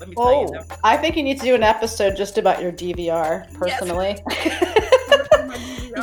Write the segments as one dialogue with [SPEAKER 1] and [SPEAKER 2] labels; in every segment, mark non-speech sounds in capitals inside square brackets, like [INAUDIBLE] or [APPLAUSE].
[SPEAKER 1] Let me tell you.
[SPEAKER 2] Oh,
[SPEAKER 1] though.
[SPEAKER 2] I think you need to do an episode just about your DVR
[SPEAKER 1] [LAUGHS]
[SPEAKER 2] personally.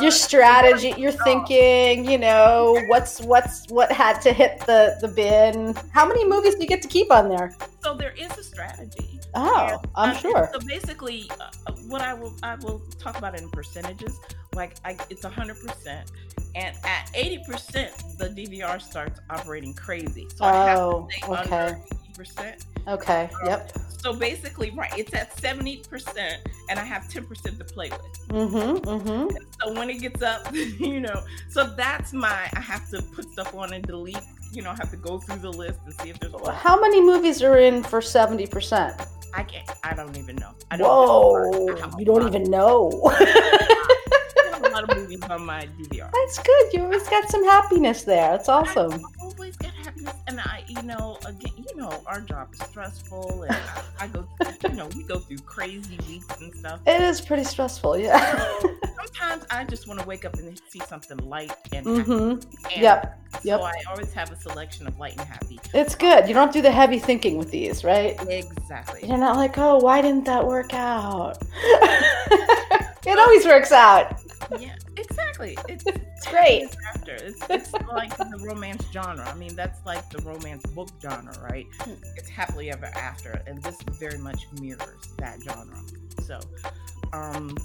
[SPEAKER 2] [LAUGHS] your strategy, your thinking, you know, what's what's what had to hit the the bin. How many movies do you get to keep on there?
[SPEAKER 1] So there is a strategy.
[SPEAKER 2] Oh, I'm
[SPEAKER 1] Um,
[SPEAKER 2] sure.
[SPEAKER 1] So basically, uh, what I will I will talk about in percentages. Like I, it's hundred percent, and at eighty percent, the DVR starts operating crazy. So I have
[SPEAKER 2] Oh,
[SPEAKER 1] to stay
[SPEAKER 2] okay.
[SPEAKER 1] under eighty percent.
[SPEAKER 2] Okay. Yep.
[SPEAKER 1] So basically, right, it's at seventy percent, and I have ten percent to play with.
[SPEAKER 2] Mhm. Mhm.
[SPEAKER 1] So when it gets up, [LAUGHS] you know, so that's my. I have to put stuff on and delete. You know, I have to go through the list and see if there's a lot.
[SPEAKER 2] How many movies are in for 70%?
[SPEAKER 1] I can't. I don't even know. I don't
[SPEAKER 2] Whoa.
[SPEAKER 1] I have a
[SPEAKER 2] You don't
[SPEAKER 1] lot.
[SPEAKER 2] [LAUGHS] even know.
[SPEAKER 1] I have a lot of movies on my DVR.
[SPEAKER 2] That's good. You always got some happiness there. That's awesome.
[SPEAKER 1] I always get happiness, and I, you know, again, you know, our job is stressful, and I, I go, you know, we go through crazy weeks and stuff.
[SPEAKER 2] It is pretty stressful. Yeah. [LAUGHS]
[SPEAKER 1] So sometimes I just want to wake up and see something light and happy.
[SPEAKER 2] Mhm.
[SPEAKER 1] And
[SPEAKER 2] Yep. yep.
[SPEAKER 1] So I always have a selection of light and happy.
[SPEAKER 2] It's good. You don't do the heavy thinking with these, right?
[SPEAKER 1] Exactly.
[SPEAKER 2] You're not like, oh, why didn't that work out? [LAUGHS] it always works out.
[SPEAKER 1] Yeah, exactly. It's
[SPEAKER 2] It's great.
[SPEAKER 1] It's after. It's, it's like the romance genre. I mean, that's like the romance book genre, right?
[SPEAKER 2] Hmm.
[SPEAKER 1] It's happily ever after, and this very much mirrors that genre. So, um,